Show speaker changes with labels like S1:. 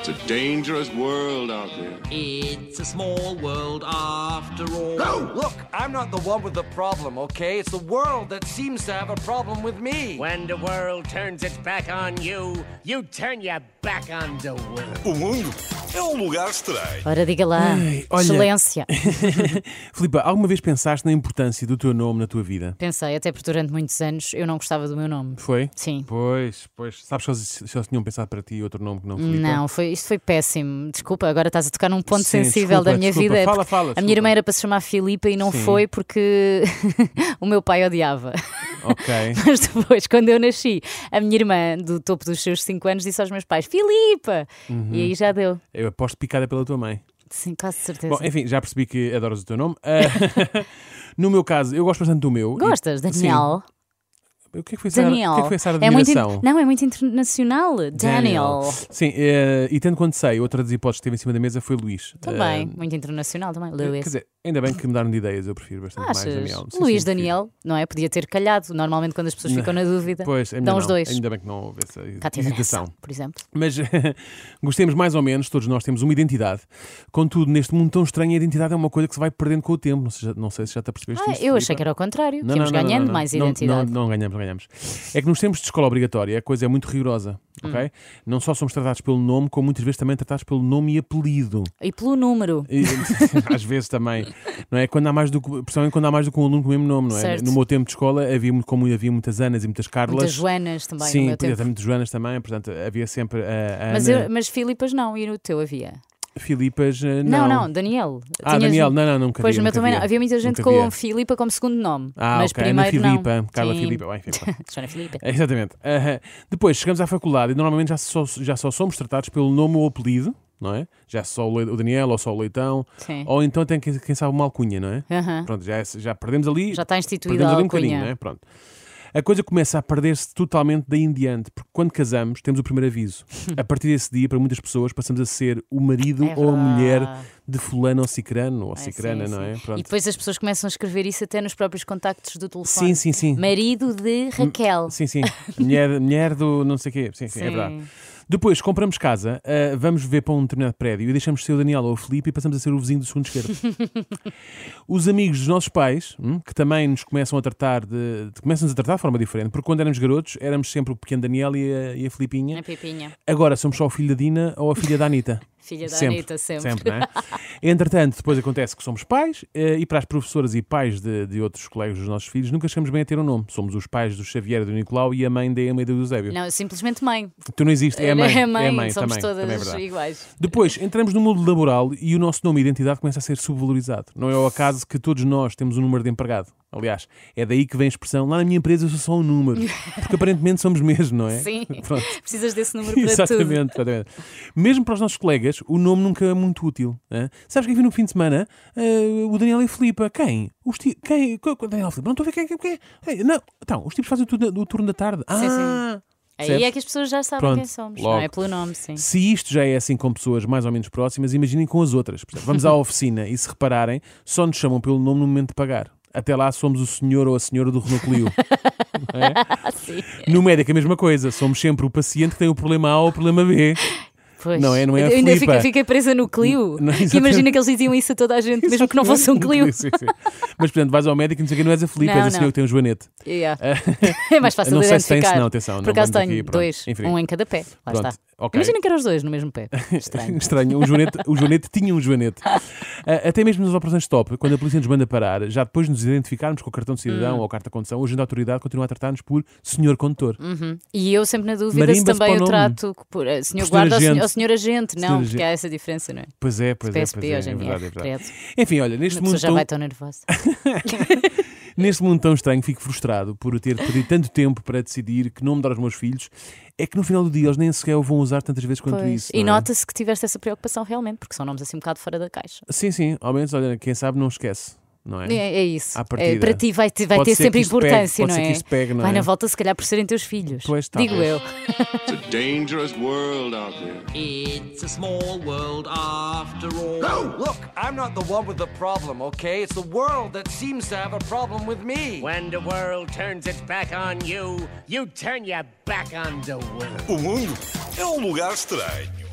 S1: It's a dangerous world out there.
S2: It's a small world after all.
S3: Look, I'm not the one with the problem, okay? It's the world that seems to have a problem with me.
S4: When the world turns its back on you, you turn your back on the world.
S5: O mundo é um lugar estranho.
S6: Ora, diga lá.
S7: Ai, olha.
S6: Excelência.
S7: Filipa, alguma vez pensaste na importância do teu nome na tua vida?
S6: Pensei, até porque durante muitos anos eu não gostava do meu nome.
S7: Foi?
S6: Sim.
S7: Pois, pois. Sabes se eles, se eles tinham pensado para ti outro nome que não Filipa?
S6: Não, foi, isto foi péssimo. Desculpa, agora estás a tocar num ponto
S7: Sim,
S6: sensível
S7: desculpa,
S6: da minha
S7: desculpa.
S6: vida. É
S7: Fala,
S6: porque
S7: fala,
S6: A minha
S7: desculpa.
S6: irmã era para se chamar Filipa e não
S7: Sim.
S6: foi porque o meu pai odiava.
S7: Ok.
S6: Mas depois, quando eu nasci, a minha irmã, do topo dos seus 5 anos, disse aos meus pais: Filipa!
S7: Uhum.
S6: E aí já deu.
S7: Eu aposto picada pela tua mãe.
S6: Sim, quase certeza.
S7: Bom, enfim, já percebi que adoras o teu nome. Ah, no meu caso, eu gosto bastante do meu.
S6: Gostas,
S7: E-
S6: Daniel?
S7: Sim. O que é que foi Sara,
S6: Daniel.
S7: o que é que foi Sara de
S6: é muito in-
S7: admiração?
S6: Não, é muito internacional. Daniel.
S7: Sim, eh, e tanto quanto sei, outra das hipóteses que teve em cima da mesa foi Luís.
S6: Também,
S7: Eh,
S6: muito internacional também.
S7: Quer
S6: Lewis.
S7: dizer, ainda bem que mudaram de ideias, eu prefiro bastante
S6: Achas?
S7: mais Daniel. Sim,
S6: Luís
S7: sim,
S6: Daniel, não é? Podia ter calhado. Normalmente, quando as pessoas ficam na dúvida,
S7: prefiro. Pois, é melhor
S6: dão os
S7: não.
S6: dois.
S7: Ainda bem que não houve essa
S6: Cá teve
S7: hesitação.
S6: essa, por exemplo.
S7: Mas gostemos mais ou menos, todos nós temos uma identidade. Contudo, neste mundo tão estranho, a identidade é uma coisa que se vai perdendo com o tempo. Não sei, não sei se já te apercebeste
S6: Ah,
S7: disto,
S6: eu achei
S7: Filipa.
S6: que era o contrário.
S7: Não,
S6: que íamos
S7: não, não,
S6: ganhando
S7: não, não.
S6: mais
S7: Não,
S6: identidade.
S7: Não, não ganhamos, não ganhamos. É que nos tempos de escola obrigatória a coisa é muito rigorosa,
S6: Hum.
S7: ok? Não só somos tratados pelo nome, como muitas vezes também tratados pelo nome e apelido.
S6: E pelo número.
S7: E- às vezes também, não é? Quando há mais do que, principalmente quando há mais do que um aluno com o mesmo nome, não é?
S6: Certo.
S7: No meu tempo de escola havia, mu- como havia muitas Anas e muitas Carlas.
S6: Muitas Joanas também,
S7: Sim,
S6: no meu
S7: podia
S6: tempo.
S7: ter muitas Joanas também, portanto havia sempre a Ana,
S6: Mas, eu- mas Filipas não, e no teu havia?
S7: Filipas, eh,
S6: Não,
S7: não.
S6: não, Daniel.
S7: Ah, Daniel, não, não, nunca
S6: Pois
S7: havia,
S6: no meu
S7: nunca
S6: também não.
S7: havia.
S6: Havia muita gente
S7: Nunca havia.
S6: com Filipa como segundo nome.
S7: Ah,
S6: mas
S7: ok,
S6: primeiro
S7: Ana Filipa,
S6: não.
S7: Carla
S6: Sim.
S7: Filipa, bem, enfim, pá.
S6: Joana Filipa.
S7: É, Exatamente. Ah, depois chegamos à faculdade e normalmente já só, já só somos tratados pelo nome ou apelido, não é? Já só o Le- o Daniel ou só o Leitão,
S6: Sim.
S7: ou então tem quem, quem sabe uma alcunha, não é?
S6: Aham.
S7: Pronto, já, é- já perdemos ali.
S6: Já está instituída
S7: Perdemos
S6: a
S7: ali um
S6: alcunha.
S7: bocadinho, não é? Pronto. A coisa começa a perder-se totalmente daí em diante, porque quando casamos temos o primeiro aviso. A partir desse dia, para muitas pessoas, passamos a ser o marido
S6: É
S7: ou a mulher
S6: verdade.
S7: de fulano ou cicrano, ou
S6: É,
S7: cicrana,
S6: sim,
S7: não é?
S6: sim.
S7: Pronto.
S6: E depois as pessoas começam a escrever isso até nos próprios contactos do telefone.
S7: Sim, sim, sim.
S6: Marido de Raquel.
S7: Hum, Sim, sim. Mulher, mulher do não sei o quê. Sim, sim, é
S6: Sim.
S7: verdade. Depois compramos casa, ah, vamos viver para um determinado prédio e deixamos de ser o Daniel ou o Felipe e passamos a ser o vizinho do segundo esquerdo. Os amigos dos nossos pais, hum, que também nos começam a tratar de. começam-nos a tratar de forma diferente, porque quando éramos garotos éramos sempre o pequeno Daniel e a, e a Felipinha.
S6: A Pipinha,
S7: Agora somos só o filho da Dina ou a filha da Anitta.
S6: filha da
S7: Sempre,
S6: Anitta, sempre.
S7: Sempre, não é? Entretanto, depois acontece que somos pais eh, e para as professoras e pais de, de outros colegas dos nossos filhos nunca chegamos bem a ter um nome. Somos os pais do Xavier, do Nicolau e a mãe da Emma e do Eusébio.
S6: Não, simplesmente mãe.
S7: Tu não existes, é a mãe.
S6: É mãe,
S7: é a mãe
S6: somos
S7: também,
S6: todas
S7: também é verdade.
S6: iguais.
S7: Depois entramos no mundo laboral e o nosso nome e identidade começa a ser subvalorizado. Não é o acaso que todos nós temos um número de empregado. Aliás, é daí que vem a expressão lá na minha empresa eu sou só um número. Porque aparentemente somos mesmo, não é?
S6: Sim.
S7: Pronto.
S6: Precisas desse número para tudo.
S7: Exatamente, exatamente. Mesmo para os nossos colegas, o nome nunca é muito útil. hã? Sabes que vi no fim de semana eh, o Daniel e a Filipa. Quem? Os ti... quem? Co- co- Daniel e Filipa. Não estou a ver quem, quem, quem é. Ei, Não. Então, os tipos fazem o turno, o turno da tarde. Ah,
S6: sim.
S7: Percebes?
S6: Aí é que as pessoas já sabem
S7: Pronto,
S6: quem somos.
S7: logo.
S6: Não é pelo nome, sim.
S7: Se isto já é assim com pessoas mais ou menos próximas, imaginem com as outras. Portanto, Vamos à oficina e se repararem, só nos chamam pelo nome no momento de pagar. Até lá somos o senhor ou a senhora do Renault Clio. Não é? No médico é a mesma coisa. Somos sempre o paciente que tem o problema A ou o problema B.
S6: Pois.
S7: Não é- não é
S6: Eu
S7: a
S6: ainda
S7: Filipa.
S6: fiquei, fiquei presa no Clio.
S7: Não, exatamente.
S6: que imagina que eles diziam isso a toda a gente, mesmo que não fosse um Clio.
S7: é Sim, sim. Mas, portanto, vais ao médico e não sei o que não és a Filipe,
S6: Não,
S7: és a
S6: não.
S7: senhora que tem um joanete.
S6: Yeah. É mais fácil
S7: Não
S6: de
S7: sei se tem,
S6: identificar.
S7: se não, atenção, não
S6: Por acaso
S7: vamos aqui,
S6: tenho
S7: pronto.
S6: dois,
S7: Enfim.
S6: um em cada pé. Lá
S7: Pronto,
S6: está.
S7: ok.
S6: Imagina que eram os dois no mesmo pé. Estranho.
S7: Estranho, o Joanete, o Joanete tinha um Joanete. Ah, até mesmo nas operações stop, quando a polícia nos manda parar, já depois de nos identificarmos com o cartão de
S6: Hum.
S7: cidadão ou carta de condução, o agente da autoridade continua a tratar-nos por senhor condutor.
S6: Hum. E eu sempre na dúvida se
S7: Marimba-se
S6: também
S7: para
S6: eu
S7: o nome.
S6: trato por eh, senhor
S7: Por senhor
S6: guarda ou senhor,
S7: agente.
S6: ou senhor agente. Não,
S7: Senhor
S6: porque
S7: agente.
S6: há essa diferença, não é?
S7: Pois é, pois
S6: PSP
S7: é, pois
S6: hoje
S7: é,
S6: em
S7: é
S6: dia,
S7: verdade, é verdade.
S6: credo.
S7: Enfim, olha,
S6: Uma
S7: neste
S6: pessoa
S7: mundo,
S6: já vai tão
S7: tão,
S6: nervosa.
S7: neste mundo tão estranho, fico frustrado por ter perdido tanto tempo para decidir que nome dar aos meus filhos. É que no final do dia eles nem sequer o vão usar tantas vezes quanto
S6: Pois.
S7: isso.
S6: E
S7: não é?
S6: nota-se que tiveste essa preocupação realmente, porque são nomes assim um bocado fora da caixa.
S7: Sim, sim, ao menos, olha, quem sabe não esquece, não
S6: É, é isso.
S7: À
S6: É,
S7: partida.
S6: para ti vai, te- vai
S7: Pode
S6: ter
S7: ser
S6: sempre
S7: que isto pegue,
S6: importância,
S7: pode
S6: não,
S7: ser
S6: é?
S7: que isto pegue, não
S6: Vai
S7: é?
S6: na volta, se calhar, por serem teus filhos.
S7: Pois,
S6: Digo
S7: talvez.
S6: eu.
S1: It's a dangerous world out there.
S2: It's a small world after all.
S3: Look, I'm not the one with the problem, okay? It's the world that seems to have a problem with me.
S4: When the world turns its back on you, you turn your back on the world.
S5: O mundo é um lugar estranho.